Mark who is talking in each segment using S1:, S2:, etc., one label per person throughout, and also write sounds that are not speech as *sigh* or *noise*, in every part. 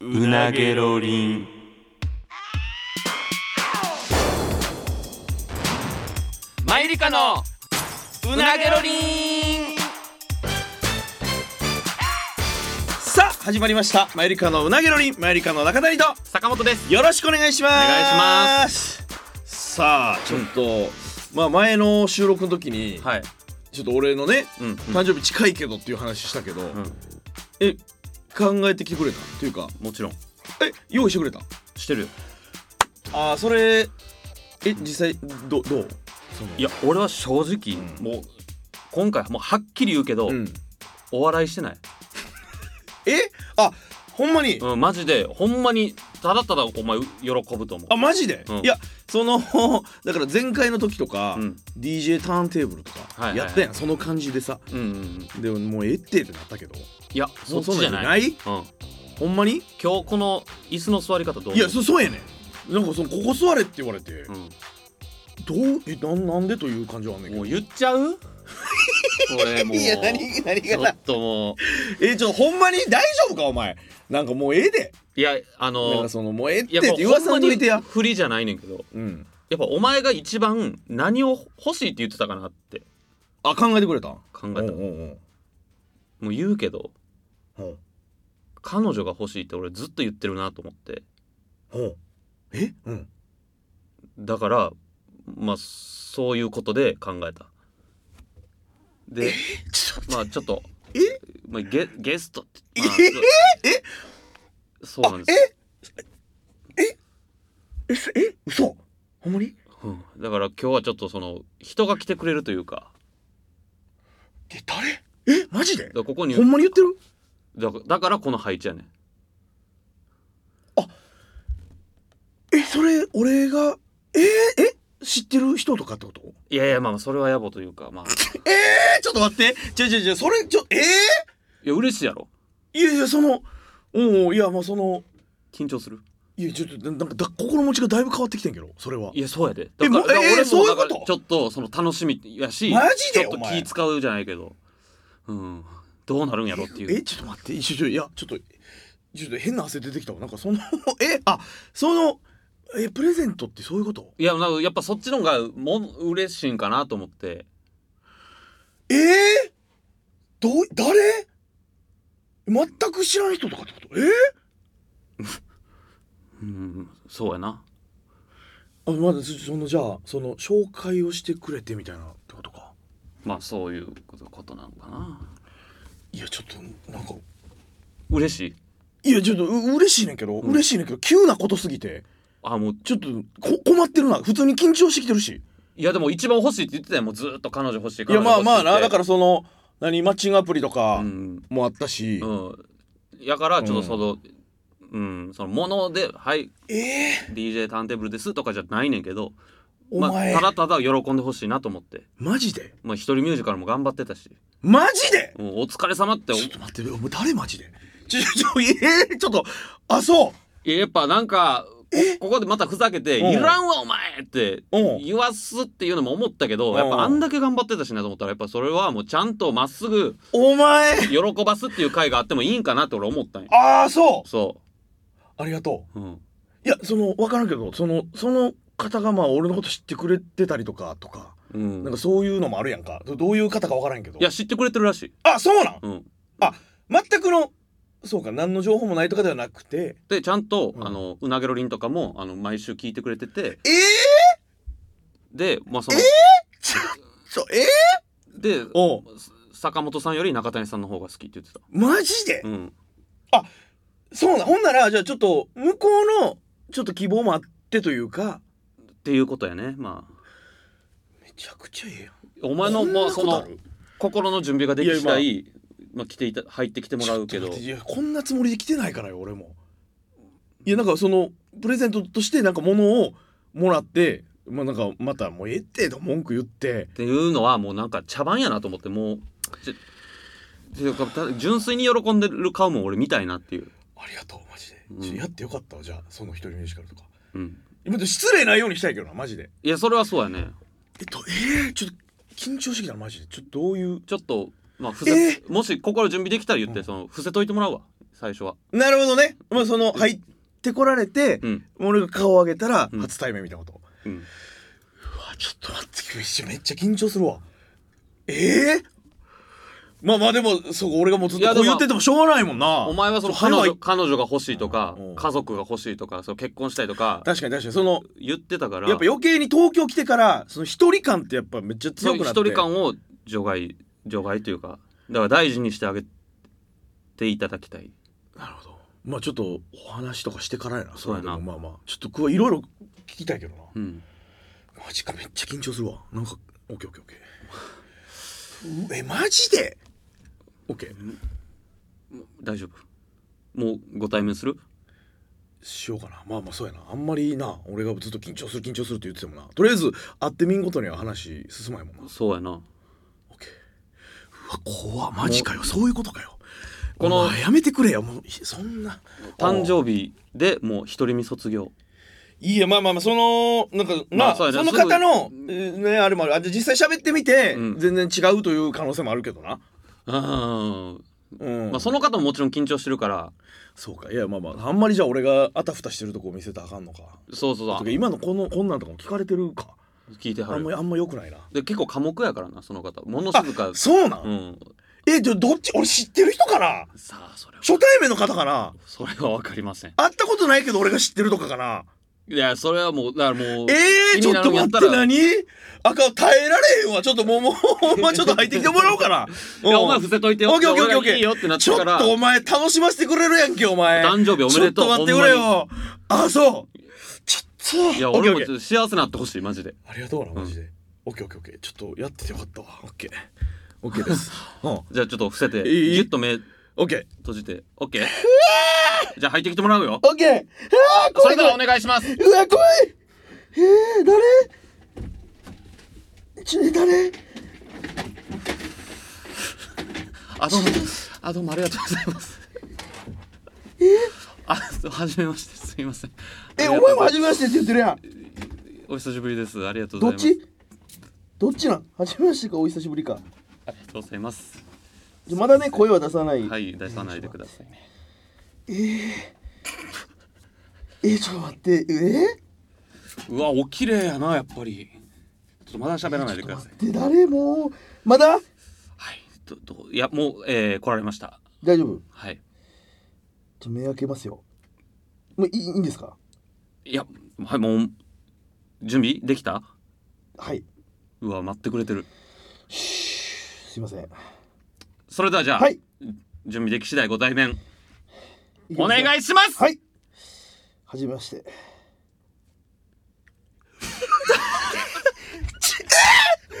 S1: うなげろりん
S2: マイリカのうなげろりん
S3: さあ始まりましたマユリカのうなげろりんマユリカの中谷と
S2: 坂本です
S3: よろしくお願いします
S2: お願いします
S3: さあちょっと、まあ前の収録の時に、
S2: はい
S3: ちょっと俺のね、
S2: うん
S3: 誕生日近いけどっていう話したけど、
S2: ん
S3: え考えてきてくれたっていうか
S2: もちろん
S3: え用意してくれた
S2: してるよ
S3: ああそれえ実際どどうその
S2: いや俺は正直、
S3: うん
S2: もう今回はもうはっきり言うけど、
S3: うん
S2: お笑いしてない、
S3: えあほんまに、
S2: うん、マジでほんまにただただお前喜ぶと思う
S3: あマジで、
S2: うん
S3: いやその *laughs* だから前回の時とか、
S2: うん
S3: DJ ターンテーブルと
S2: はいは
S3: か
S2: いはい
S3: やったやん、その感じでさ
S2: うんうんうん
S3: でももうええってってなったけど
S2: いやそ
S3: も
S2: っ
S3: うそ
S2: ち
S3: ん
S2: じ
S3: な
S2: ゃ
S3: んじ
S2: な
S3: ゃ
S2: い
S3: ない
S2: うん、
S3: ほんまに
S2: 今日この椅子の座り方どう
S3: いやそそうやねんなんかそのここ座れって言われて、
S2: う
S3: どうえなんなんでという感じはあんねん
S2: ん、
S3: け
S2: も
S3: ど
S2: う言っちゃうこれもう
S3: *laughs* いや何何
S2: ち
S3: が
S2: ょ
S3: な
S2: っともう
S3: えちょっとほんまに大丈夫かお前なんかもうええで
S2: いやあ
S3: なん
S2: の
S3: かそのもうええって
S2: いや
S3: って
S2: もう
S3: 言わさんとい
S2: ほ
S3: てや
S2: んまに不利じゃないねんけど
S3: うん
S2: やっぱお前が一番何を欲しいって言ってたかなって
S3: あ考えてくれた
S2: 考え
S3: お
S2: た
S3: う
S2: ら
S3: おう
S2: もう言うけど
S3: おう
S2: 彼女が欲しいって俺ずっと言ってるなと思って
S3: おうえうん
S2: だからまあそういうことで考えたで
S3: ちょっと
S2: まあちょっと
S3: え
S2: まあ、ゲゲストって、まあ
S3: え
S2: そうそうなんです
S3: えすえ嘘ほんまに
S2: よ、うん、だから今日はちょっとその人が来てくれるというか
S3: え誰えマジで
S2: だからここに
S3: ほんまに言ってる
S2: だからだからこの配置やねん
S3: えそれ俺がえー、え知ってる人とかってこと
S2: いやいやまあそれは野暮というかまあ
S3: えー、ちょっと待ってちょちょちょそれちょえ
S2: いや嬉しいやろ
S3: ー、いやいやそのうんいやまあその
S2: 緊張する
S3: いやちょっとななんかだ心持ちがだいぶ変わってきてんけどそれはい
S2: やそうやでだか
S3: え
S2: ら
S3: もう
S2: だから
S3: えー
S2: 俺
S3: そ
S2: も
S3: うい
S2: だ
S3: うこ
S2: か
S3: と
S2: らちょっとその楽しみやし
S3: マジで
S2: ちょっ
S3: お
S2: と
S3: 前
S2: 気使うじゃないけどうんどうなるんやろっていう
S3: えちょっと待って一緒いやちょっとちょっと変な汗出てきたわなんかそのえあそのえプレゼントってそういうこと
S2: いやなんかやっぱそっちの方がも嬉しいんかなと思って
S3: えー、どう誰全く知らん人とかってことえ
S2: うんそうやな
S3: ー、あまだそそのじゃあその紹介をしてくれてみたいなってことか
S2: まあそういうことなのかない
S3: やちょっとなんか
S2: 嬉しい
S3: いやちょっとう嬉しいねんけど、
S2: ん
S3: 嬉しいねんけど急なことすぎて
S2: あもう
S3: ちょっとこ困ってるな普通に緊張してきてるし
S2: いやでも一番欲しいって言ってたよもうずっと彼女欲しい
S3: い
S2: 彼
S3: や
S2: 女
S3: ま
S2: 欲し
S3: あ
S2: い
S3: まあなだかららその何マッチングアプリと
S2: う
S3: か
S2: ん
S3: もあったし、
S2: うんやからちょっとそのうんそのもので「はい
S3: ええ
S2: DJ ターンテーブルです」とかじゃないねんけど
S3: お
S2: まあ
S3: 前、
S2: ただただ喜んでほしいなと思って
S3: マジで
S2: まあ、一人ミュージカルも頑張ってたし、
S3: マジで
S2: もうお疲れ様ってお、
S3: ちょっと待ってもう誰マジでちょちょちょええちょっとあそう
S2: いややっぱなんか、こここでまたふざけて、
S3: うん
S2: いらんわお前って
S3: うん
S2: 言わすっていうのも思ったけど、
S3: うん
S2: やっぱあんだけ頑張ってたしなと思ったら、やっぱそれはもうちゃんとまっすぐ
S3: お前
S2: 喜ばすっていう会があってもいいんかなって俺思ったんや。
S3: ああそ
S2: そう
S3: ありがと
S2: う。うん。
S3: ういやその分からんけどそのその方がまあ俺のこと知ってくれてたりとかとか、
S2: うん。
S3: なんかそういうのもあるやんかどどういう方か分からんけど
S2: いや、知ってくれてるらしい。
S3: あそうなん
S2: うん。
S3: 全くのそうか何の情報もないとかではなくて
S2: で、ちゃんと、
S3: うん
S2: あの、うなげろりんとかも、あの、毎週聞いてくれてて、
S3: ええ
S2: で、まあその、
S3: そうええ
S2: で、
S3: お
S2: 坂本さんより中谷さんの方が好きって言ってた。
S3: マジで、
S2: うん。
S3: そうなんほんならじゃあちょっと向こうのちょっと希望もあってというか
S2: っていうことやね、まあ。
S3: めちゃくちゃええやん
S2: お前の
S3: こんな
S2: まあ
S3: こと
S2: そ
S3: あ
S2: の
S3: る
S2: 心の準備ができ次第まあ来ていた入ってきてもらうけど
S3: ちょっと待っていやこんなつもりで来てないからよ俺もいやなんかそのプレゼントとしてなんか物をもらってまあなんかまたもうええってと文句言って
S2: っていうのはもうなんか茶番やなと思ってもうちょていうかた純粋に喜んでる顔も俺見たいなっていう、
S3: ありがとうマジで、
S2: うん
S3: ちょっとやってよかったわじゃあその一人ミュージカルとか
S2: うん、
S3: 今でも失礼ないようにしたいけどなマジで
S2: いやそれはそうやね
S3: えっとえー、ちょっと緊張してきたなマジでちょっとどういう
S2: ちょっとまあ伏せ、もし心準備できたら言って、
S3: うん
S2: その伏せといてもらうわ最初は
S3: なるほどねまあその入ってこられて
S2: うん
S3: 俺が顔を上げたら
S2: うん
S3: 初対面みたいなこと、
S2: うん
S3: うわちょっと待って今日一緒めっちゃ緊張するわええまあまあでもそう俺がもうずっと
S2: いや
S3: こ
S2: でも
S3: う言っててもしょうがないもんな
S2: お前はその
S3: う
S2: 彼
S3: は
S2: 女彼女が欲しいとか
S3: うん
S2: 家族が欲しいとかその結婚したいとか
S3: 確かに確かにその
S2: 言ってたから
S3: やっぱ余計に東京来てからその一人感ってやっぱめっちゃ強くなって
S2: 一人感を除外除外というかだから大事にしてあげていただきたい
S3: なるほどまあちょっとお話とかしてからやな
S2: そうやな
S3: れでもまあまあちょっとこういろいろ聞きたいけどな
S2: うん
S3: マジかめっちゃ緊張するわなんかオッケーオッケーオッケーうえマジでオッケー
S2: 大丈夫もうご対面する
S3: しようかなまあまあそうやなあんまりな俺がずっと緊張する緊張するって言っててもなとりあえず会ってみんことには話進まないもんな
S2: そうやな
S3: オッケーうわ怖っマジかよそういうことかよ
S2: この
S3: お前やめてくれよもういそんな
S2: 誕生日でもう独り身卒業
S3: いいやまあまあまあそのなんかな、
S2: まあ
S3: そ
S2: そうやな
S3: の
S2: すぐ
S3: 方のえーねあれもあるあじゃあ実際喋ってみて、
S2: うん
S3: 全然違うという可能性もあるけどな、
S2: あ
S3: うん
S2: まあその方ももちろん緊張してるから
S3: そうかいやまあまああんまりじゃあ俺があたふたしてるとこを見せたらあかんのか
S2: そうそう
S3: て
S2: そ
S3: か今のこのこんなんとかも聞かれてるか
S2: う聞いては
S3: あん
S2: る
S3: まあんま良くないな
S2: で結構寡黙やからなその方物静か
S3: そうなん、
S2: うん
S3: えじゃあどっち俺知ってる人かな
S2: さあそれは
S3: 初対面の方かな
S2: それは分かりません
S3: 会ったことないけど俺が知ってるとかかない
S2: やそれはもうだからもう
S3: えー、
S2: 気
S3: ち
S2: に
S3: ょ
S2: な
S3: っと
S2: るんや
S3: 待っ
S2: った
S3: て
S2: ら
S3: 何あかん耐えられへんわちょっともうもう
S2: *laughs*
S3: ほんまちょっと入ってきてもらおうかな
S2: いや
S3: うん
S2: お前伏せといてよ
S3: オッケーオッケーオッケーオッケ
S2: 俺
S3: ー
S2: がいいよってなっ
S3: ち
S2: て
S3: ょ
S2: か
S3: っ
S2: ら
S3: とお前楽しませてくれるやんけお前
S2: 誕生日おめでとう
S3: ちょっと待ってくれよあそうちょっと
S2: いや
S3: オッ
S2: 俺
S3: ケーオ
S2: も
S3: ッケー
S2: ちょっと幸せになってほしいマジで
S3: ありがとうなマジで、オッケーオッケーオッケーちょっとやっててよかったわオッケーオッケーです、うん、オ
S2: じゃあちょっと伏せて
S3: いい
S2: ギュッと目
S3: ッケー
S2: 閉じてオッケーじゃあ入ってきてもらうよ
S3: オッケーああ
S2: そ
S3: 怖
S2: れ
S3: い
S2: で
S3: 怖
S2: はいお願いします
S3: うわ怖いえー、誰ちょ誰
S2: あどうもあどうもありがとうございますあはじめましてすみません
S3: え
S2: ありが
S3: お
S2: と
S3: 前
S2: う
S3: も
S2: ござい
S3: 初めましてって言ってるやん
S2: お久しぶりですありがとうご
S3: ど
S2: ざ
S3: っ
S2: います
S3: ちどっちなん初めましてかお久しぶりか
S2: ありがとうございます
S3: じゃまだね声は出さない、
S2: はい出さないでくださいね
S3: えー、ちょっと待ってえ
S2: うわお綺麗やなやっぱりちょっとまだ喋らないでください
S3: ー、で誰もうまだ
S2: はいどどういやもう、えー、来られました
S3: 大丈夫
S2: はい
S3: じゃ目開けますよもういいいいんですか
S2: いやはいもう準備できた
S3: はいう
S2: わ待ってくれてる
S3: すいません
S2: それではじゃあ、
S3: はい
S2: 準備でき次第ご対面
S3: いき
S2: お
S3: ます
S2: 願いします、
S3: はい。はじめまして。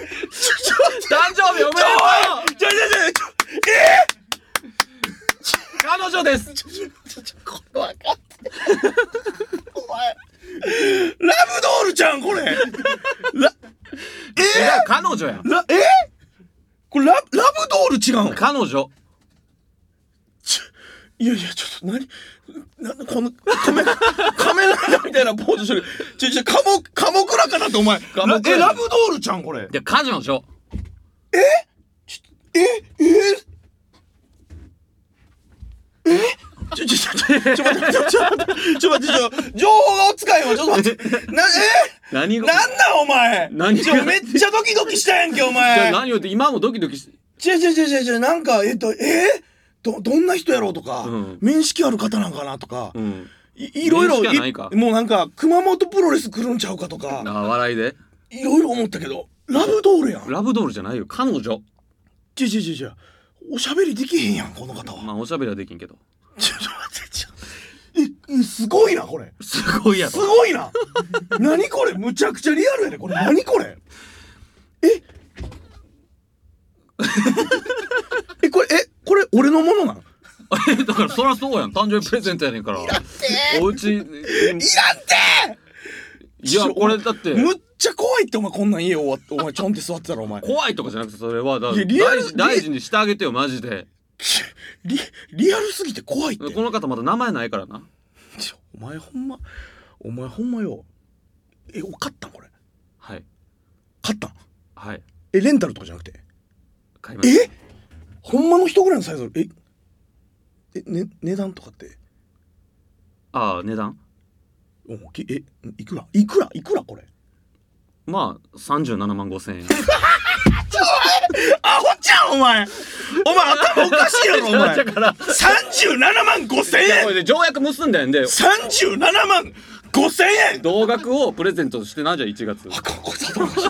S2: 誕生日おめでとう
S3: ちょちょちょ
S2: 彼女です
S3: これ分かって。お前。ラブドールちゃんこれ。ラ
S2: 違う彼女やん
S3: ラえ？これララブドール違うの？
S2: 彼女
S3: ちょいやいやちょっと何なこのカメカメラみたいなポーズしてる。ちょちょカモカモクラかなってお前。
S2: 寡黙
S3: ラ
S2: や
S3: え
S2: な
S3: ラブドールちゃんこれ。
S2: で彼女
S3: えええちょちょちょちょちょ待ってちょ待ってちょ待ってちょ待って情報がお使いよちょっと待ってなえ
S2: 何
S3: な
S2: が
S3: んなんお前
S2: 何が
S3: ちょめっちゃドキドキしたやんけお前
S2: じゃあ何を言って今もドキドキし
S3: ちょちょちょちょちょなんかえっとえどどんな人やろうとか、
S2: うん
S3: 面識ある方なんかなとか、
S2: うん
S3: いいろいろ
S2: 面識はないか
S3: もうなんか熊本プロレス来るんちゃうかと
S2: あ
S3: か
S2: 笑いで
S3: いろいろ思ったけどラブドールやん
S2: ラブドールじゃないよ彼女
S3: ちょちょちょちょおしゃべりできへんやんこの方は
S2: まあおしゃべりはできんけど
S3: ちょっと待って、ちょえ、えすごいな、これ。
S2: すごいや
S3: す
S2: ろ
S3: ごいな。何これ、むちゃくちゃリアルやね、これ、何これ。え。 *laughs* え、これ、え、これ、俺のものなん。
S2: だからそりゃそうやん誕生日プレゼントやねんからおうちい
S3: いらんて。
S2: やこれだって
S3: むっちゃ怖いって、お前、こんなん家終わって、お前、ちゃんって座ってたら、お前。
S2: 怖いとかじゃなくてそれはだ
S3: いやリアル
S2: 大事大事にしてあげてよマジで
S3: ちリ、リアルすぎて怖いって。
S2: この方まだ名前ないからな
S3: ちょお前、ほんま。お前、ほんまよ。え、お買ったん、これ。
S2: はい
S3: 買ったん。
S2: はい
S3: え、レンタルとかじゃなくて。
S2: 買いました
S3: えほんまの人ぐらいのサイズええ、ね、値段とかって
S2: ああ値段
S3: おきえいくらいくらいくらこれ
S2: まあ37万5千円
S3: アホちゃんお前お前頭おかしいやろお *laughs*
S2: *laughs* だ
S3: 前
S2: から
S3: 37万5千
S2: いやこ
S3: 円
S2: れで条約結んだんで
S3: 37万5千円
S2: 同額をプレゼントしてなじゃあ1月
S3: あかんこいつ頭おかしい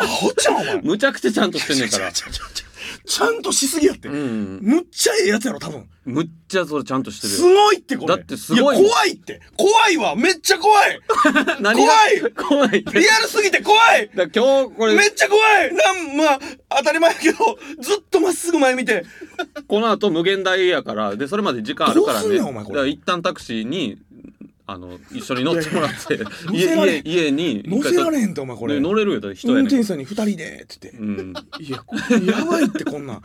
S3: アホちゃんお前
S2: むちゃくちゃちゃんとしてんねんから
S3: ちゃちゃちゃちゃちゃんとしすぎやって、
S2: うん
S3: むっちゃええやつやろ多分
S2: むっちゃそれちゃんとして
S3: す
S2: るよ
S3: ごいってこれ
S2: だってすごいもん
S3: や怖いって怖いわめっちゃ怖い
S2: 何が怖い
S3: リアルすぎて怖い
S2: だから今日これ
S3: めっちゃ怖いなんまあ当たり前やけどずっとまっすぐ前見て
S2: この後無限大やからでそれまで時間あるから
S3: どうすん
S2: ね
S3: ねんお前こ
S2: だか
S3: れ
S2: ら一旦タクシーにあの一緒に乗ってもらって
S3: いやいや乗せられ
S2: 家家家に
S3: 乗せら
S2: 一
S3: れへんってお前こ
S2: 回
S3: れ
S2: ね乗れるよだって人
S3: 運
S2: やね
S3: 転手
S2: ん
S3: さんに二人でって言っ
S2: うん
S3: ていやこれやばいってこんなん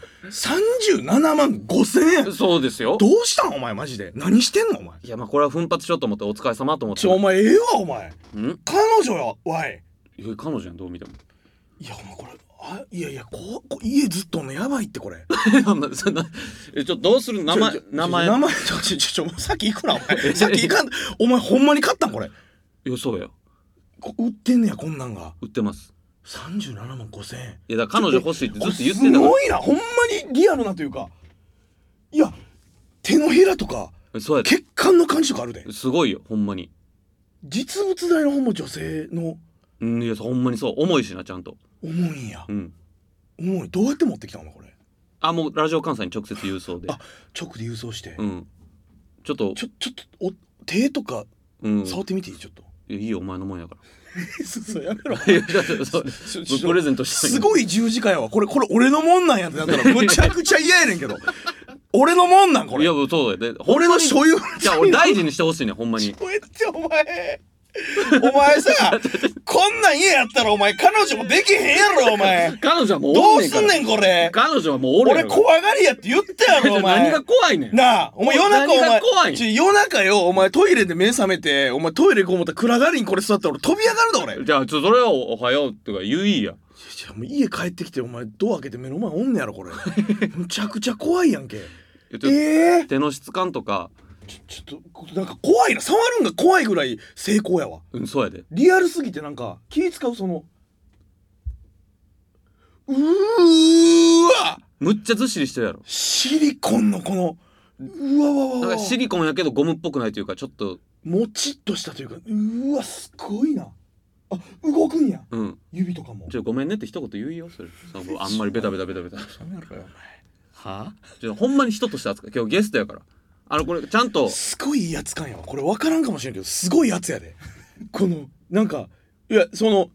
S3: 37万5千円ど
S2: そうですよ
S3: うしたんお前マジで何してんのお前
S2: いやまあこれは奮発しようと思ってお疲れ様と思って
S3: ちょお前ええわお前
S2: うん
S3: 彼女やわい
S2: いや彼女やんどう見ても *laughs*
S3: いやお前これあいやいやここ家ずっとおんのやばいってこれ
S2: えそんなそんなえちょっとどうする名前
S3: ちょちょ
S2: 名前
S3: 名前ちょちょちょもうさっき行くなお前さっき行かんお前ほんまに買ったんこれ
S2: いやそうや
S3: こ売ってんねやこんなんが
S2: 売ってます
S3: 37万5千円
S2: いやだから彼女欲しいってずっと言っ
S3: こ
S2: てた
S3: れす
S2: か
S3: ごいなほんまにリアルなというかいや手のひらとから
S2: そうや
S3: 血管の感じとかあるです
S2: ごいよほんまに
S3: 実物大の方も女性の
S2: うんいやほんまにそう重いしなちゃんと
S3: 重いんや
S2: うん
S3: 重いどうやって持ってきたのこれ
S2: あもうラジオ関西に直接郵送で
S3: あ直で郵送して、
S2: うんちょっと
S3: ちょちょっとお手とか
S2: うん
S3: 触ってみていいち
S2: *laughs*
S3: ょっと、
S2: いやいいよお前のもんやか
S3: そうやめろ
S2: *laughs* らいやだってそう
S3: ちょちょ
S2: プレゼントした
S3: すごい十字架やわこれこれ俺のもんなんやってなったらむちゃくちゃ嫌やねんけど俺のもんなんこ
S2: い
S3: れ
S2: やそうだよでほん
S3: 俺の所有
S2: いや俺大事にしてほしいねんほんまに
S3: めっちゃお前お前さこんなん家やったらお前彼女もできへんやろお前
S2: 彼女はもう
S3: ど
S2: お
S3: う
S2: ねんか
S3: すん
S2: ら
S3: ねんこれ
S2: 彼女はもうおるや
S3: 俺
S2: ろ
S3: 怖がりやって言ったやろお前
S2: *laughs* 何が怖いねん
S3: なあお前夜中お
S2: 何が
S3: 前
S2: 怖い
S3: ちょ夜中よお前トイレで目覚めてお前トイレ行こう思ったら暗がりにこれ座ったら俺飛び上がるだ俺
S2: じゃあちょそれはおはようとか言ういいや
S3: いやもう家帰ってきてお前ドア開けて目の前おんねやろ
S2: *laughs*
S3: これむちゃくちゃ怖いやんけ
S2: いやち
S3: え
S2: ょ
S3: え
S2: 手の質感とか
S3: ちょっとなんか怖いな触るんが怖いぐらい成功やわ
S2: うんそうやで
S3: リアルすぎてなんか気使うそのうーわ
S2: むっちゃずっしりしてるやろ
S3: シリコンのこのうわわわ
S2: なん
S3: わ
S2: かシリコンやけどゴムっぽくないというかちょっと
S3: もちっとしたというかうわすごいなあ動くんや
S2: うん
S3: 指とかも
S2: ちょごめんねって一言言うよそれそのあんまりベタベタベタベタは
S3: やめろよお前
S2: あちょほんまに人として扱う今日ゲストやからあのこれちゃんと
S3: すごいいいやつかんやわこれ分からんかもしれんけどすごいやつやでこのなんかいやその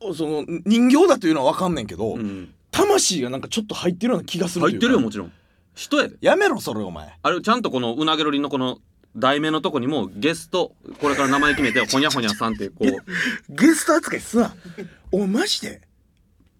S3: おその人形だというのは分かんねんけど、
S2: うん
S3: 魂がなんかちょっと入ってるような気がするとい
S2: 入
S3: う
S2: っ
S3: か
S2: てるよもちろん人やで
S3: やめろそれお前
S2: あれちゃんとこのうなげろりんのこの題名のとこにもゲストこれから名前決めてほにゃほにゃさんってこ
S3: ゲスト扱いす *laughs* なお前マジで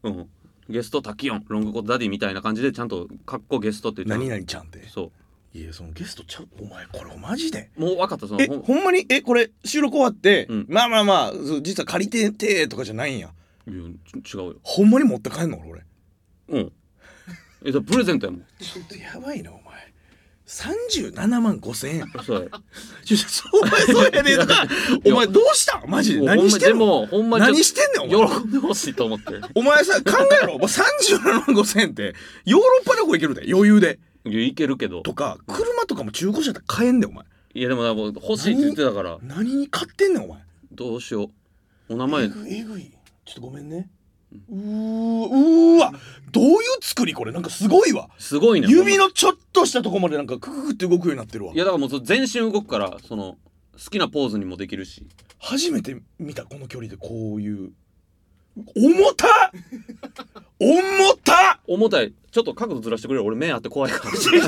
S2: う、うん、ゲストタキヨンロングコートダディみたいな感じでちゃんとかっこゲストって言って
S3: 何
S2: る
S3: 々ちゃんって
S2: そ
S3: いやそのゲストちゃうお前これマジで
S2: うもう分かったその
S3: え
S2: ほん
S3: ほんまにえこれ収録終わって、
S2: うん
S3: まあまあまあそう実は借りててとかじゃないんや
S2: いやち違うよ
S3: ほんまに持って帰んの俺
S2: うんえだからプレゼントやもん
S3: ちょっとやばいなお前37万5千円
S2: そうや
S3: ちょちょお前そうやね
S2: *laughs*
S3: んとかお前どうしたんマジで
S2: もうほん
S3: 何
S2: ま
S3: して
S2: で
S3: んの
S2: もほんまに
S3: 何
S2: ち
S3: してん
S2: ょ
S3: ね
S2: っ
S3: んお前
S2: と喜んでほしいと思って
S3: お前さ考えろもう37万5千円ってヨーロッパ旅行行けるで余裕で
S2: いやいけるけど
S3: とか車とかも中古車で買えんでお前
S2: いやでもなんかもう欲しいって言ってたから
S3: 何に買ってんねんお前
S2: どうしようお名前
S3: えぐいえぐいちょっとごめんねうーうーわどういう作りこれなんかすごいわ
S2: すごいね
S3: 指
S2: の
S3: のちょっとしたとこまでなんかクククって動くようになってるわ
S2: いやだからもうその全身動くからその好きなポーズにもできるし
S3: 初めて見たこの距離でこういう重た重た
S2: 重たいちょっと角度ずらしてくれる俺目あって怖いから
S3: *laughs* それ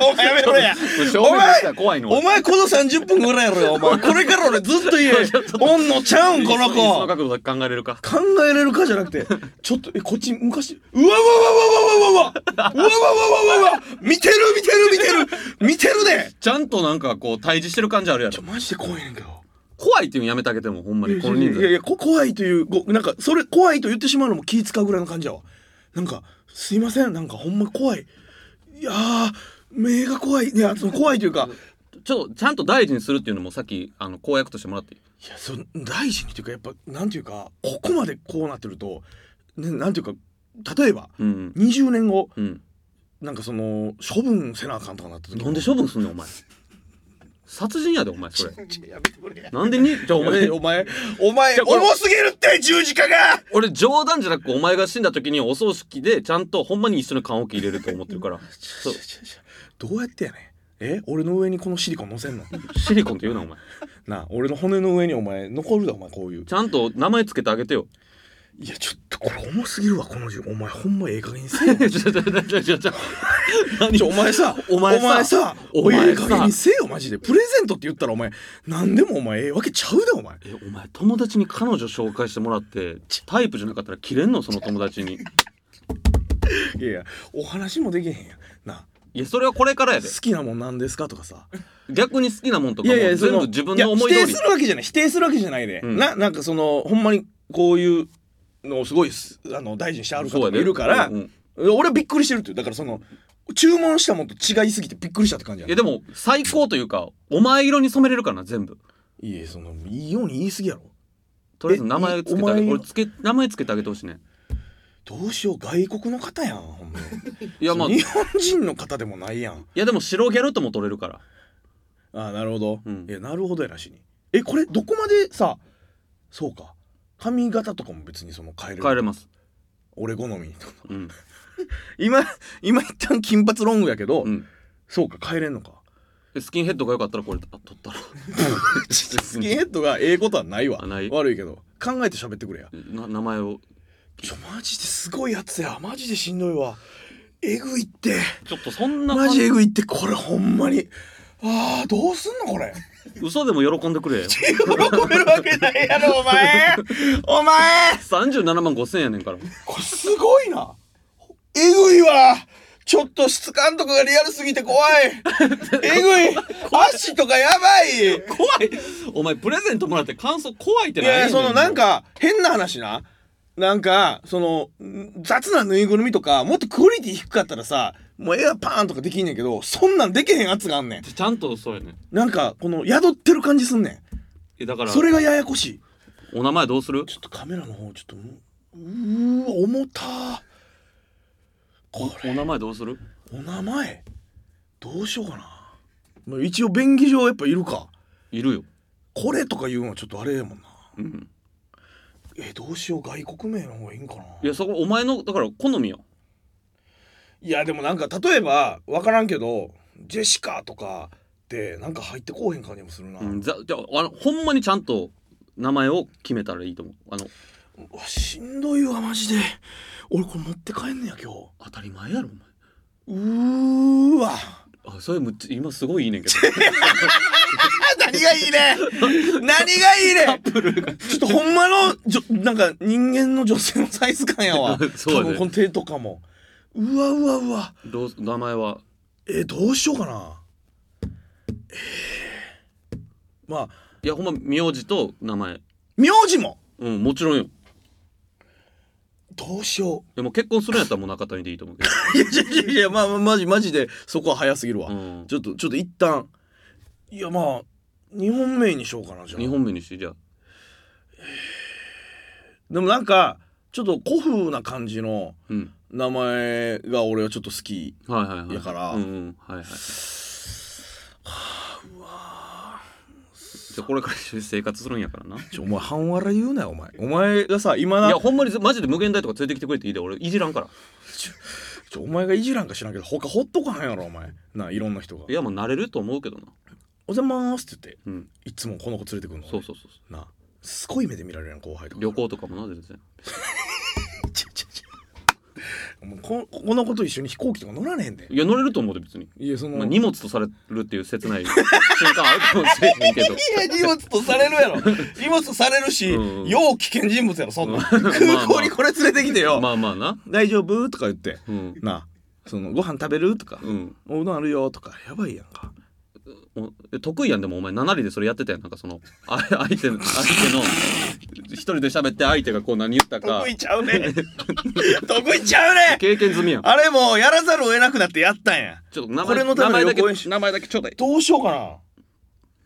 S3: お前やめろや
S2: 正面したら怖いの
S3: お前この30分ぐらいやろよお前これから俺ずっと家
S2: *laughs*
S3: おんのちゃうんこの
S2: 椅子の
S3: 子
S2: 角度だけ考えれるか
S3: 考えれるかじゃなくてちょっとえこっち昔うわうわうわうわうわうわうわうわうわうわうわ見てる見てる見てる見てるで
S2: ちゃんとなんかこう対峙してる感じあるや
S3: ちょ
S2: ろ
S3: マジで怖いねんけど
S2: 怖いっていうのやめてあげてもほんまにこの人
S3: いやい
S2: 数
S3: やこ怖いというごなんかそれ怖いと言ってしまうのも気使うぐらいの感じやわなんかすいませんなんかほんま怖いいやー目が怖いいやその怖いというか
S2: ちょっとちゃんと大事にするっていうのもさっきあの公約としてもらっていい
S3: いやその大事にというかやっぱなんていうかここまでこうなってると、ね、なんていうか例えば
S2: うん
S3: 20年後
S2: うん、
S3: なんかその処分せなあかんとかなった
S2: うん、
S3: 時
S2: なんで処分すんねんお前殺人やでお前
S3: *laughs*
S2: それ
S3: ちょやめてくれや
S2: なんでにじゃあお
S3: お前
S2: 前
S3: お前お前
S2: じゃあこれ
S3: 重すぎるって十字架が
S2: 俺冗談じゃなくお前が死んだ時にお葬式でちゃんとほんまに一緒に棺桶入れると思ってるからそう
S3: どうやってやねんえ俺の上にこのシリコン乗せんの
S2: シリコンって言うなお前
S3: なあ俺の骨の上にお前残るだお前こういう
S2: ちゃんと名前つけてあげてよ
S3: いやちょっとこれ重すぎるわこの銃お前ほんまええ加減にせえよ
S2: ちょちょちょちょちょちょ
S3: *laughs* ちょお前さ
S2: お前さ
S3: *laughs* お前さ
S2: お前さ
S3: ええ加減にせえよマジでプレゼントって言ったらお前何でもお前ええわけちゃうだお前
S2: えお前友達に彼女紹介してもらってタイプじゃなかったら切れんのその友達に
S3: いやいやお話もできへんやんなあ
S2: いやそれはこれからやで
S3: 好きなもんなんですかとかさ
S2: 逆に好きなもんとかも全
S3: その
S2: 部自分の思い通
S3: や否
S2: り
S3: 定するわけじゃない否定するわけじゃないで、
S2: うん
S3: ななんかそのほんまにこういうのをすごいすあの大事にしてある方
S2: そうや
S3: が
S2: で
S3: いるから、
S2: うんうん
S3: 俺はびっくりしてるっていうだからその注文したもんと違いすぎてびっくりしたって感じや
S2: い
S3: な
S2: やでも最高というかお前色に染めれるからな全部
S3: いやそのいいように言いすぎやろ
S2: とりあえず名前つけてあ
S3: えお
S2: げ
S3: 前
S2: 俺つけ名前つけてあげてほしいね
S3: どうしよう外国の方やんほんまに
S2: いやまあ
S3: 日本人の方でもないや
S2: い
S3: ん
S2: やでも白ギャルとも取れるから
S3: ああなるほど、
S2: うん
S3: いやなるほどやらしにえこれどこまでさそうか髪型とかも別にその変えれる
S2: 帰れます
S3: 俺好みとか
S2: うん、
S3: 今今一旦金髪ロングやけど、
S2: うん、
S3: そうか変えれんのか *laughs*
S2: でスキンヘッドが良かったらこれあ取ったら
S3: スキンヘッドがええことはないわ
S2: あない
S3: 悪いけど考えて喋ってくれや
S2: な名前を
S3: ちょマジですごいやつやマジでしんどいわえぐいって
S2: ちょっとそんな
S3: マ
S2: 感
S3: ジ
S2: じ
S3: えぐいってこれほんまにあーどうすんのこれ
S2: 嘘でも喜んでくれよ
S3: 喜べるわけないやろお *laughs* 前お前
S2: 37万5千円やねんから
S3: これすごいなえぐいわちょっと質感とかがリアルすぎて怖い *laughs* えぐい足とかやばい
S2: 怖いお前プレゼントもらって感想怖いって
S3: い
S2: ない
S3: やいやそのなん
S2: か
S3: か変な話ななんかそのん雑なぬいぐるみとかもっとクオリティ低かったらさもう絵はパーンとかできんねんけどそんなんできへんやつがあんねん
S2: ちゃんとそうやねん
S3: なんかこの宿ってる感じすんね
S2: えだか
S3: ん
S2: ら
S3: それがややこしい
S2: お名前どうする
S3: ちょっとカメラの方ちょっとううーわ重たーこ
S2: お名前どうする
S3: れお名前どうしようかなまあ一応便宜上やっぱいるか
S2: いるよ、
S3: これとか言うのはちょっとあれやもんな
S2: うん、
S3: えどうしよう外国名の方がいいんかない
S2: やそこお前のだから好みよ
S3: いやでもなんか例えば分からんけどジェシカとかってなんか入ってこうへん感じもするな、
S2: うん、ざじゃああのほんまにちゃんと名前を決めたらいいと思うあの
S3: うわしんどいわマジで俺これ持って帰んねや今日
S2: 当たり前やろ
S3: うーわ
S2: お前あそれむっちゃ今すごいいいねんけ
S3: 何がいい
S2: *laughs*
S3: ね何がいいねちょっとほんまのじょなんか人間の女性のサイズ感やわ
S2: *laughs* そうやね
S3: 多分この手とかもうわうわうわ
S2: どどうす名前は
S3: えどうしようかなえー、まあ
S2: いやほんま名字と名前
S3: 名字も
S2: うんもちろんよ
S3: どうしよう
S2: でも結婚するんやったらもう中谷でいいと思うけ
S3: いやいやいやいやまあまあマジマジでそこは早すぎるわ、
S2: ど、うん、
S3: ちょっとちょっと一旦いやまあ日本名にしようかなじゃあ
S2: 2本目にしてじゃあ
S3: でもなんかちょっと古風な感じの
S2: うん
S3: 名前が俺はちょっと好き
S2: はいはいはい
S3: やから
S2: うんうんはいはいじゃあこれから一緒に生活するんや *laughs* からない
S3: ちょお前半笑い言うなよお前お前がさ今な
S2: やほんまにずマジで無限大とか連れてきてくれていいで俺いじらんから
S3: ちょお前がいじらんか知らんけど他ほっとかへんやろお前ないろんな人が
S2: いやもう慣れると思うけどな
S3: 「おはようございます」って言っ
S2: うん
S3: ていつもこの子連れてくるの
S2: そうそうそうそ
S3: なすごい目で見られるやん後輩と
S2: う
S3: か
S2: 旅行とかもな全然
S3: ちょちょちょもうここの子と一緒に飛行機とか乗らねえんで
S2: いや乗れると思うで別に、
S3: いやその、
S2: まあ、荷物とされるっていう切ない瞬間ある *laughs* かもしれへんけど
S3: いや荷物とされるや *laughs* ろ荷物とされるし、
S2: うん
S3: よう危険人物やろそんなん *laughs*
S2: まあまあ
S3: 空港にこれ連れてきてよ、
S2: まあまあな
S3: 大丈夫とか言って
S2: うん
S3: なあそのご飯食べるとか、
S2: うん
S3: おうどんあるよとかやばいやんか
S2: おえ得意やんでもお前7人でそれやってたやんなんかそのあ相手の相手一人で喋って相手がこう何言ったか
S3: 得意ちゃうね *laughs* 得意ちゃうね
S2: 経験済みやん
S3: あれもうやらざるを得なくなってやったんや
S2: ちょっと名
S3: これ
S2: 前
S3: の
S2: 名
S3: ため
S2: 前
S3: の
S2: だけ
S3: 予行演習
S2: 名前だけちょうだい
S3: どうしようかな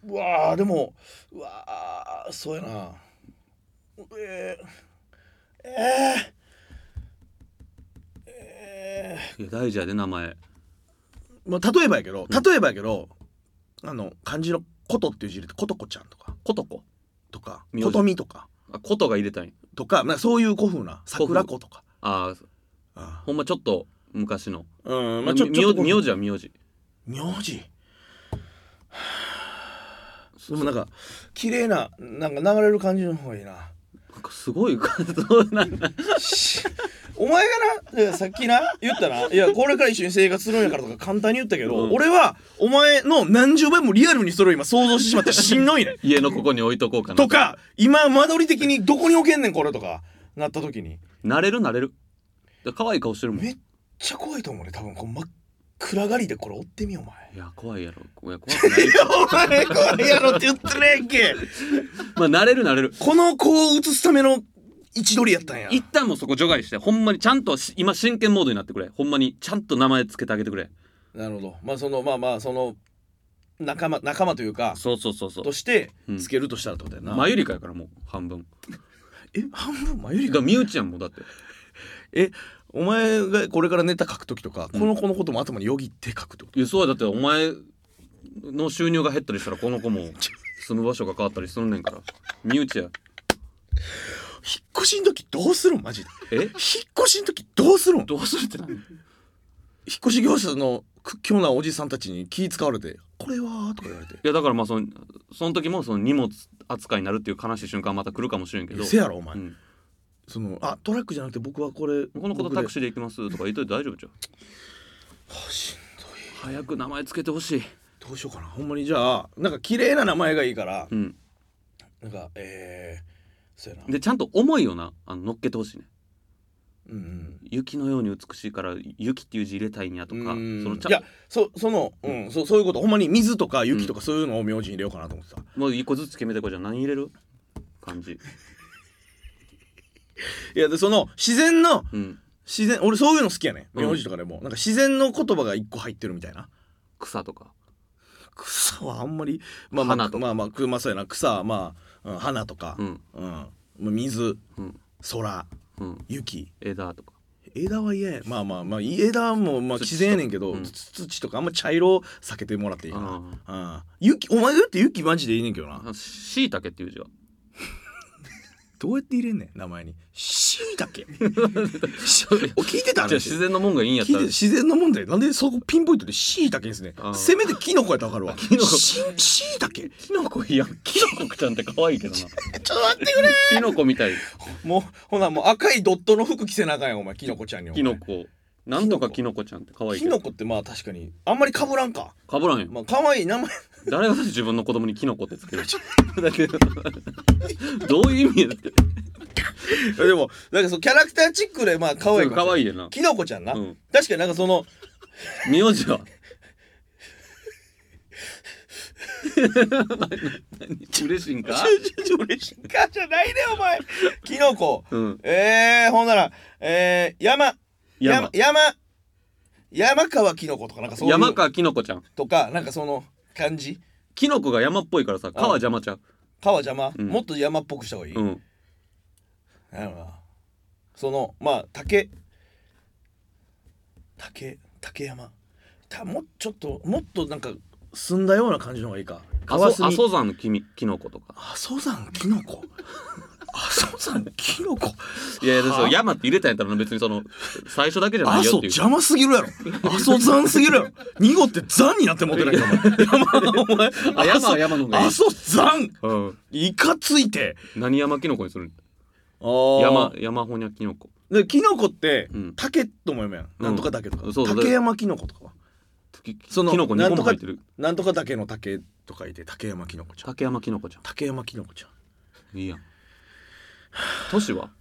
S3: うわーでもうわーそうやなえー、えー、え
S2: いや大事やで名前
S3: ー、まあ例えばやけど例えばやけど、あの漢字の「こと」っていう字で「ことこちゃん」とか
S2: ことこ
S3: 「とか
S2: 名字
S3: ことみ」とか
S2: あことが入れたい
S3: とかなんかそういう古風な「
S2: 古風
S3: 桜子」とか
S2: あー
S3: あ
S2: ほんまちょっと昔の
S3: あうん
S2: 名
S3: まあちょちょっと
S2: 名字は名字
S3: 名字でもなんか綺麗ななんか流れる感じの方がいいな
S2: なんかすごい *laughs* どうなんだ
S3: しお前がないやさっきな言ったないやこれから一緒に生活するんやからとか簡単に言ったけど、
S2: うん
S3: 俺はお前の何十倍もリアルにそれを今想像してしまってしんどいねん
S2: 家のここに置いとこうかな
S3: とか今間取り的にどこに置けんねんこれとかなった時に
S2: なれるなれるだから可愛い顔してるもん
S3: め
S2: い
S3: っちゃ怖いと思うね多分こう真っ暗がりでこれ追ってみようお前。
S2: や怖いやろいや怖くない *laughs*
S3: いやお前怖いやろって言ってねえけ
S2: まあなれるなれる
S3: この子を映すための位置取りやったんや
S2: 一旦もうそこ除外してほんまにちゃんとし今真剣モードになってくれほんまにちゃんと名前つけてあげてくれ
S3: なるほどまあそのまあまあその仲間仲間というか
S2: そうそうそうそう
S3: として
S2: うん
S3: つけるとしたらってことやな、
S2: マユリカやからもう半分
S3: え半分前より
S2: が
S3: か
S2: 身内やんもうだって
S3: お前がこれからネタ書く時とか、
S2: うん
S3: この子のことも頭によぎって書くってこ
S2: いやそうやだってお前の収入が減ったりしたらこの子も住む場所が変わったりすんねんから身内や
S3: と引っ越しの時どうするんマジで
S2: え
S3: 引っ越しの時どうするん引っ
S2: どうするって何
S3: 越し業者の屈強なおじさんたちに気使われて「これは?」とか言われて
S2: いやだからまあそのその時もその荷物扱いになるっていう悲しい瞬間また来るかもしれんけど
S3: 「せやろお前、
S2: うん、
S3: そのあトラックじゃなくて僕はこれ
S2: この子と
S3: 僕
S2: タ
S3: で
S2: クシーで行きますとか言っといて大丈夫じゃん
S3: あしんどい
S2: 早く名前つけてほしい
S3: どうしようかなほんまにじゃあなんか綺麗な名前がいいから、
S2: うん
S3: なんかえー、そうやな
S2: でちゃんと思いをなあの乗っけてほしいね
S3: うんうん
S2: 雪のように美しいから雪っていう字入れたいんやとかそ
S3: うん
S2: のち
S3: い
S2: ゃ
S3: やそその、うんそそういうことほんまに水とか雪とかそういうのを名字に入れようかなと思ってた、
S2: もう一個ずつ決めてこうじゃん何入れる感じ
S3: いやでその自然の
S2: うん
S3: 自然俺そういうの好きやね
S2: うん
S3: 名字とかでも、なんか自然の言葉が一個入ってるみたいな
S2: 草とか
S3: 草はあんまりまあまあ
S2: 花とか
S3: まあまあくまあそうやな草はまあ、うん花とか、
S2: う
S3: うん
S2: ん
S3: まあ水
S2: うん
S3: 空
S2: うん
S3: 雪
S2: 枝とか
S3: 枝は嫌やまあまあまあ枝もまあ
S2: 土と
S3: 自然やねんけど、
S2: うん
S3: 土土とかあんま茶色避けてもらっていいかな
S2: あ
S3: うん雪お前だって雪マジでいいねんけどな
S2: あしいたけっていう字は
S3: どうやって入れんねん名前にしい
S2: *laughs*
S3: だけお聞いてた
S2: じゃあ
S3: 話
S2: 自然のもんがいいんやっ
S3: 聞い
S2: た
S3: て
S2: ら
S3: 自然の問題なんでそこピンポイントでしいたけですね
S2: あー
S3: せめてキノコやったらわかるわ
S2: キノコ
S3: しいたけちょ
S2: キノコいいやんキノコちゃんって可愛いけどな
S3: っと待ってくれ
S2: キノコみたい
S3: もうほなもう赤いドットの服着せなあかんよお前キノコちゃんにお前
S2: キノコなんとかキノコちゃんって可愛い
S3: キ
S2: け
S3: ノ
S2: ど
S3: コってまあ確かにあんまりかぶらんか
S2: かぶらんやん
S3: まあ可
S2: *laughs*
S3: 愛い名前
S2: 誰が自分の子供にキノコってつける *laughs* だけどどういう意味だって
S3: でもなんかそのキャラクターチックでまあ可愛いかもしれん
S2: 可愛いよな
S3: キノコちゃんな、
S2: うん
S3: 確かになんかその
S2: 名字
S3: *laughs*
S2: は嬉しいんか
S3: 嬉しいかじゃないねお前キノコ
S2: うん
S3: えー、ほんならえー、山
S2: 山
S3: 山山山川キノコとかなんかそういう
S2: 山かキノコちゃん
S3: とかなんかその感じ
S2: キノコが山っぽいからさ川邪魔ちゃう
S3: 川邪魔、
S2: うん
S3: もっと山っぽくした方がいい、
S2: うん
S3: なるほどなそのまあ竹竹竹山たもうちょっともっとなんか澄んだような感じの方がいいか
S2: 阿
S3: 川
S2: 蘇阿
S3: 澄
S2: 蘇山のキミキノコとか
S3: 阿蘇山キノ
S2: *laughs*
S3: コ阿蘇山キノコ
S2: いやいやで
S3: はあ
S2: そう山って入れたんやったら別にその最初だけじゃな
S3: 阿
S2: いよ
S3: 蘇
S2: っていう
S3: 邪魔すぎるやろ阿蘇山すぎるやろ二号って山になってもってないかお前お前
S2: あ山は山の方がいい
S3: 阿蘇山
S2: うん
S3: いかついて
S2: 何山キノコにする
S3: 山
S2: 山山ほにゃキノコ
S3: でキノコって
S2: うん
S3: 竹とも読めやん、
S2: うん
S3: なんとか竹とか
S2: そうそう
S3: 竹山キノコとかは
S2: き
S3: その
S2: キノコ2
S3: な
S2: 個も
S3: んとか
S2: 入ってる
S3: なんとか竹の竹とかいて竹山キノコちゃん
S2: 竹山キノコちゃ
S3: *laughs* 竹山キノコちゃん
S2: んいいやん都市は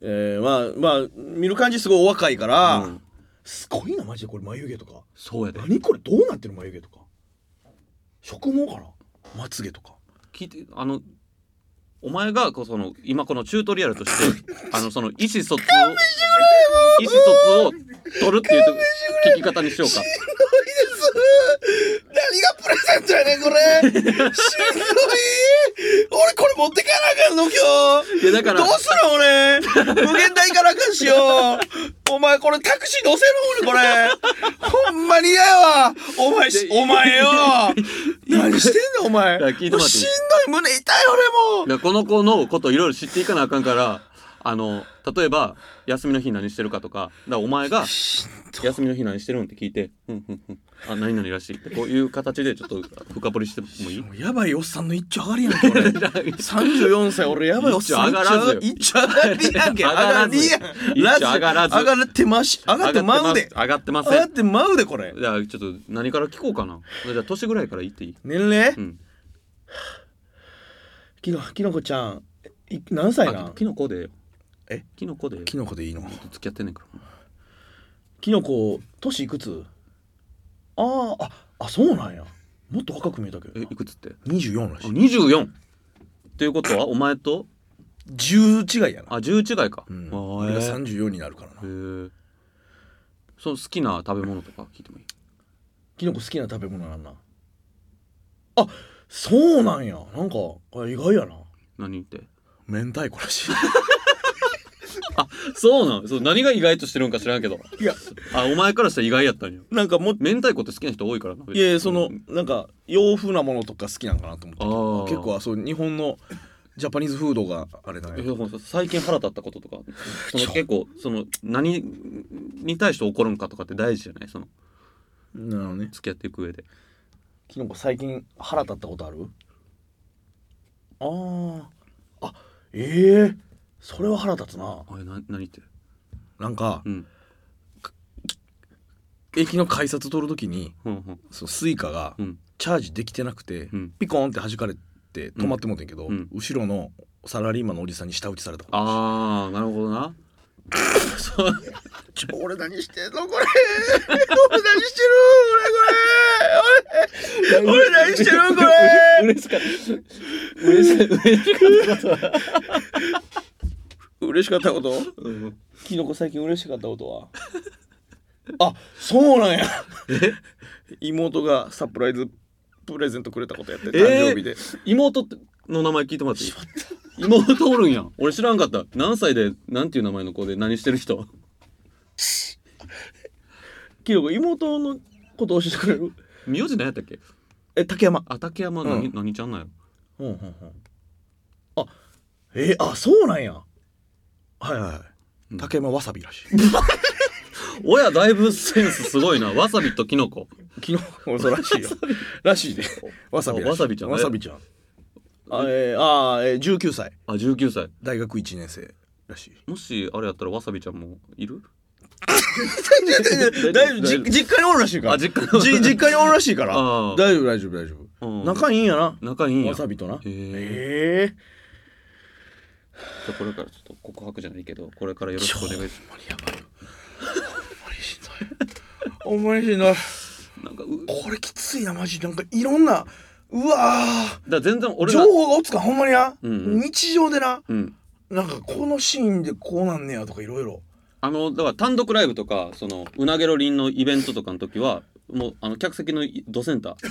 S3: えー、まあまあ見る感じすごいお若いから、
S2: うん
S3: すごいなマジでこれ眉毛とか
S2: そうやで
S3: 何これどうなってる眉毛とか植毛かなまつげとか
S2: 聞いてあのお前がこうその今このチュートリアルとして *laughs* あのその意思疎通を意思疎通を取るっていうと聞き方にしようか
S3: です何がプレゼントやねんこれしんどい俺これ持ってかなあかんの今日
S2: いやだから
S3: どうする俺無限大行かなあかんしよお前これタクシー乗せる俺これほんまに嫌やわお前
S2: *laughs*
S3: し
S2: いや
S3: お前よ何してんのお前
S2: いや
S3: もう
S2: 聞
S3: し
S2: い
S3: ん
S2: て
S3: ど
S2: もらっていい
S3: い胸痛い俺
S2: い
S3: も
S2: やこの子のこといろいろ知っていかなあかんからあの例えば休みの日何してるかとかだからお前が
S3: しんどい
S2: 休みの日何してるんって聞いて「うんうんうんあ何々らしい」ってこういう形でちょっと深掘りしてもいい
S3: もうやばいおっさんの一丁上がりやんけ
S2: *laughs*
S3: 俺34歳俺やばいおっさ
S2: 一丁
S3: ん
S2: 上がらずよ
S3: 一丁上がりやんけ上がりやん
S2: 一丁上がらず
S3: 上がってまし上がってまうで
S2: 上がってま
S3: 上
S2: す上
S3: が
S2: が
S3: っ
S2: って
S3: てまうでこれ
S2: ませんじゃあちょっと何から聞こうかなじゃあ年ぐらいから言っていい
S3: 年齢
S2: うん
S3: きのきのこちゃんい何歳な
S2: あ
S3: ん
S2: キノコで
S3: え
S2: キノコで
S3: きのこでいいの
S2: 付き合ってんねんから
S3: きのこ年いくつあーああそうなんやもっと若く見えたけど
S2: え
S3: ない
S2: くつって
S3: 24ら
S2: あ
S3: しい
S2: 24っていうことはお前と
S3: 10違いやな
S2: あ10違いか、
S3: うん
S2: あー
S3: 俺が
S2: えー
S3: 34になるからな
S2: へえその好きな食べ物とか聞いてもいい
S3: きのこ好きな食べ物なんなあそうなんやなんかあ意外やな
S2: 何言って
S3: 明太子らしい
S2: そうなんそう何が意外としてるんか知らんけど
S3: *laughs* いや
S2: あお前からしたら意外やったんよ
S3: なんかもっと
S2: 明太子って好きな人多いからない
S3: やいやそのなんか洋風なものとか好きなんかなと思って
S2: あー
S3: 結構あそう日本のジャパニーズフードがあれだ
S2: い
S3: ね
S2: やもう最近腹立ったことと *laughs* かそ
S3: ちょ
S2: の結構その何に対して怒るんかとかって大事じゃないその
S3: なるほどね
S2: 付き合っていく上で
S3: きのこ最近腹立ったことあるあーあええそれは腹立つな
S2: あれな何言って
S3: なんか
S2: うん
S3: 駅の改札取るときに
S2: うんうん
S3: そうスイカが
S2: うん
S3: チャージできてなくて、
S2: うん
S3: ピコンって弾かれて止まってもうてんけど、
S2: うん
S3: 後ろのサラリーマンのおじさんに舌打ちされたこと
S2: ああなるほどなそう
S3: ちょ俺何してんのこれ俺何してる俺 *laughs* これ俺俺何してるこれ
S2: *laughs* 嬉しかった嬉しかった嬉しかったことは
S3: 嬉しかったこと
S2: うん
S3: キノコ最近嬉しかったことはあそうなんや妹がサプライズプレゼントくれたことやって誕
S2: えー
S3: 生日で、
S2: 妹っての名前聞いてもらっていい妹おるんや俺知らんかった何歳でなんていう名前の子で何してる人
S3: キノコ妹のこと教えてくれる
S2: 名字何やったっけ
S3: え竹山
S2: あ竹山何,、
S3: うん
S2: 何ちゃんなんや
S3: うんうんうんあえー、あそうなんやはいはいは
S2: う
S3: い
S2: ん
S3: 竹山わさびらし *laughs* い
S2: 親だいぶセンスすごいなわさびとキノコ
S3: キノコそうらしいよらしいで *laughs* わさびら
S2: あ
S3: しい
S2: わさびちゃんね
S3: わさびちゃんあえー、あーえー、19歳
S2: あ19歳
S3: 大学1年生らしい
S2: もしあれやったらわさびちゃんもいる
S3: *laughs* 大丈夫じ実家におるらしいから
S2: あ実家におる
S3: じ実家におるらしいから
S2: ああ
S3: 大丈夫大丈夫大丈
S2: う
S3: 夫
S2: ん
S3: 仲いいんやな
S2: 仲いいんや
S3: わさびとな
S2: へえ
S3: え
S2: じゃあこれからちょっと告白じゃないけどこれからよろしくお願いしま
S3: お前しんどい
S2: すなんかうだか
S3: これきついなマジなんかいろんなうわ
S2: ら全然
S3: ー
S2: 俺
S3: 情
S2: が
S3: 報が落つかほんまにな、
S2: うんうん
S3: 日常でな
S2: うん
S3: なんかこのシーンでこうなんねやとかいろいろ
S2: あのだから単独ライブとかそのうなげろりんのイベントとかの時はもうあの客席のドセンターぜ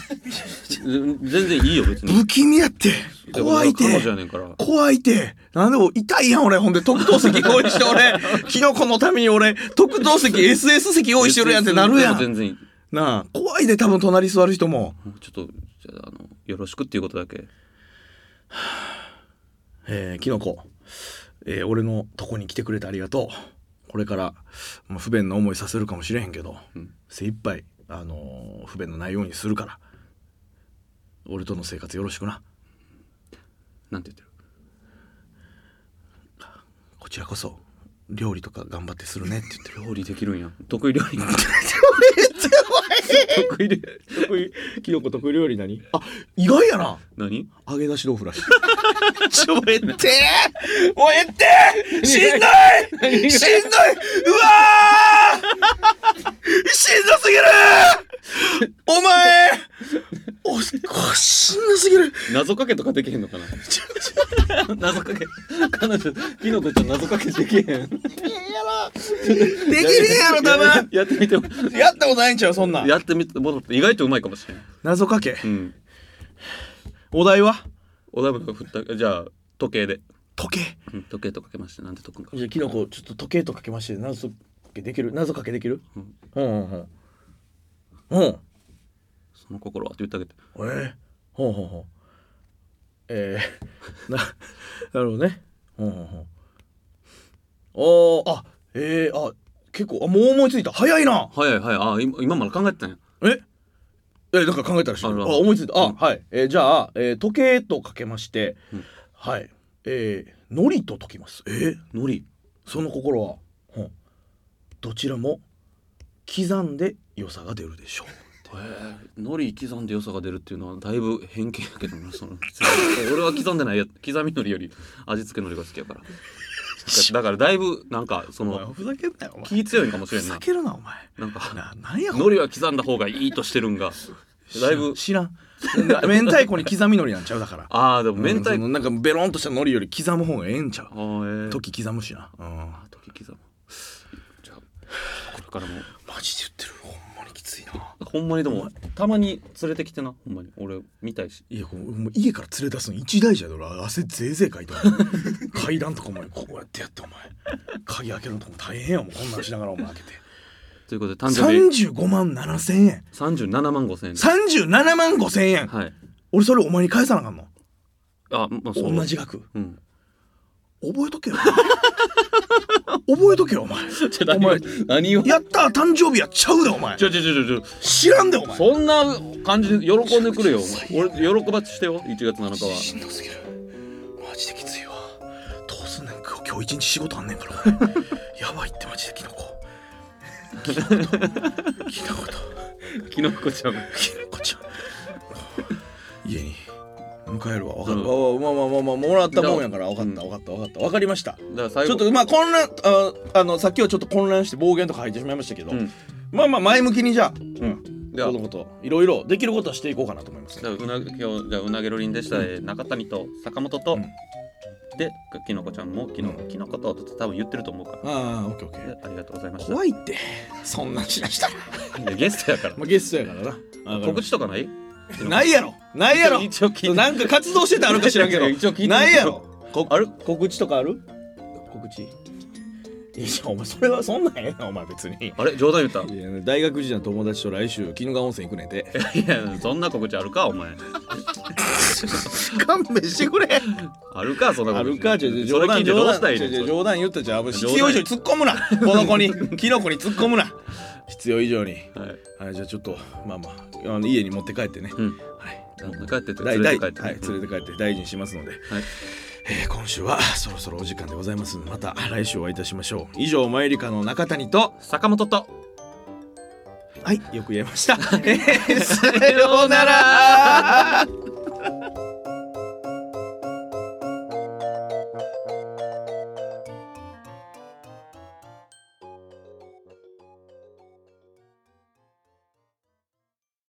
S2: 全然いいよ別に
S3: 不気味やって *laughs* 怖い
S2: だから俺は彼女
S3: て
S2: やねんから
S3: 怖いてなんでも痛いやん俺ほんで特等席用意して
S2: *laughs*
S3: 俺キノコのために俺特等席 SS 席用意してるやんってなるやん
S2: 全然いい
S3: なあ怖いで多分隣座る人も
S2: もうちょっとじゃああのよろしくっていうことだけ
S3: えー、キノコ、えー俺のとこに来てくれてありがとうこれから、まあ、不便な思いさせるかもしれへんけど、
S2: うん
S3: 精一杯あのー不便のないようにするから俺との生活よろしくな
S2: なんて言ってる
S3: こちらこそ料理とか頑張ってするねって言って
S2: *laughs*
S3: る
S2: 料理できるんや得意料理 *laughs* 得意で
S3: 得意キノコ得意料理何 *laughs* あ意外やな
S2: 何
S3: 揚げ出し豆腐らしいちょもうえってもうえってしんどいしんどいうわーしんどすぎるお前おこしんどすぎる
S2: 謎かけとかできへんのかな
S3: *laughs* ちょちょ
S2: 謎かけ彼女キノコちゃん謎かけできへんで
S3: できねえやろ多分
S2: やってみても
S3: やったことないんちゃうそんな
S2: *laughs*
S3: ん
S2: やってみてもらって意外とうまいかもしれん
S3: 謎かけ
S2: うん
S3: お題は
S2: おだぶが振ったじゃあ時計で、
S3: 時計
S2: うん、時計とかけましてなんて解くんか
S3: じゃあキノコちょっと時計とかけまして謎かけできる謎かけできる
S2: うん
S3: うんうんうんうん
S2: その心はって言ってあげて
S3: えー、ほうほうほうえー、ななるほどねほうほうほうあーあえー、あ結構あもう思いついた早いな
S2: はいはいあ今今まで考えてたんや
S3: ええなんか考えたらしい
S2: あ
S3: あ
S2: ら
S3: 思いついたあ、
S2: うん
S3: はい、えーじゃあ、えー時計とかけまして、
S2: うん
S3: はいえー、のりと解きますえー、
S2: のり
S3: その心は、うんどちらも刻んで良さが出る
S2: *laughs*
S3: でしょ
S2: えーのり刻んで良さが出るっていうのはだいぶ偏見やけ *laughs* どなその俺は刻んでないや刻みのりより味付けのりが好きやからだからだいぶなんかそう
S3: お前
S2: の
S3: ふざけんなよお前
S2: 気強いんかもし
S3: ふ
S2: れん
S3: ざ
S2: な
S3: けるなお前
S2: なんか
S3: ななんやこれ
S2: のりは刻んだ方がいいとしてるんがだいぶ *laughs*
S3: 知らん *laughs* 知らん明太子に刻みのりなんちゃうだから
S2: ああでも明
S3: う
S2: 太
S3: んそ
S2: 子
S3: のなんかベロンとしたのりより刻む方がええんちゃう
S2: あーえー
S3: 時刻むしな、うん、
S2: あ時刻むじゃあこれからも
S3: マジで言ってるほんまにきついな
S2: ほんまにでもたまに連れてきてなほんまに俺見たいし
S3: いやこうもう家から連れ出すの一大事やで俺汗ぜいぜいかいて *laughs* 階段とかお前こうやってやってお前鍵開けるのとかも大変やもんこんなんしながらお前開けて
S2: ということで誕生日
S3: 35万7千円
S2: 37万5千円
S3: 37万5千円
S2: はい
S3: 俺それお前に返さなあかんの
S2: あまあそう
S3: 同じ額
S2: うん
S3: 覚えとけよ覚えとけよお前お前
S2: 何を
S3: やったー誕生日やっちゃうでお前
S2: ちょちょちょちょ
S3: 知らんでお前
S2: そんな感じで喜んでくれよお前俺喜ば *laughs* してよ1月7日は
S3: しんどすぎるマジできついわどうすんねん今日今日一日仕事あんねんから *laughs* 俺やばいってマジでキノコ *laughs* キノコと
S2: キノコちゃん
S3: キノコちゃん家に迎えるわ分かる、
S2: うん
S3: わわまあまあまあまあもらったもんやから分かった
S2: うん
S3: 分かった分かった分かりました
S2: だから最
S3: ちょ
S2: 後
S3: っとまあ混乱ああのさっきはちょっと混乱して暴言とか入ってしまいましたけど、
S2: うん
S3: まあまあ前向きにじゃあ、うん、
S2: じゃあ
S3: このこといろいろできることはしていこうかなと思います
S2: じゃあうな今日じゃあうなげろりんでした、えー中谷と坂本と、
S3: うん
S2: できのこちゃんもきのこきのことって多分言ってると思うから、
S3: ああオッケーオッケー
S2: でありがとうございました
S3: 怖いってそんなんしなした
S2: いや
S3: ら
S2: ゲストやから
S3: まあゲストやからな
S2: *laughs* 告知とかない
S3: ないやろないやろ
S2: 一応聞いて
S3: なんか活動してたあるか知らんけど
S2: 一応聞いてみて
S3: ないやろこ
S2: ある
S3: 告知とかある告知いやお前それはそんなんええなお前別に
S2: あれ冗談言った
S3: いや大学時代の友達と来週鬼怒川温泉行くねんて
S2: いやそんな告知あるかお前
S3: 勘弁してくれ
S2: あるかそんな
S3: あ
S2: 告
S3: る
S2: 知
S3: かちょち
S2: そ
S3: ょ冗
S2: れ聞
S3: 談
S2: いてどう
S3: 冗
S2: したら
S3: 談
S2: いい
S3: ちょ
S2: ね
S3: ちょ
S2: ん
S3: 冗談言ったじゃん危ない
S2: 冗談
S3: 必要以上に突っ込むなこの子にキノコに突っ込むな必要以上に
S2: はい
S3: はいじゃあちょっとまあまああの家に持って帰ってね
S2: うん
S3: はい
S2: 帰ってって
S3: 大
S2: 連れて帰って
S3: はい、連れて帰って大事にしますので、えー今週はそろそろお時間でございますのでまた来週お会いいたしましょう以上マユリカの中谷と
S2: 坂本と *laughs*
S3: はいよく言えましたえーさようなら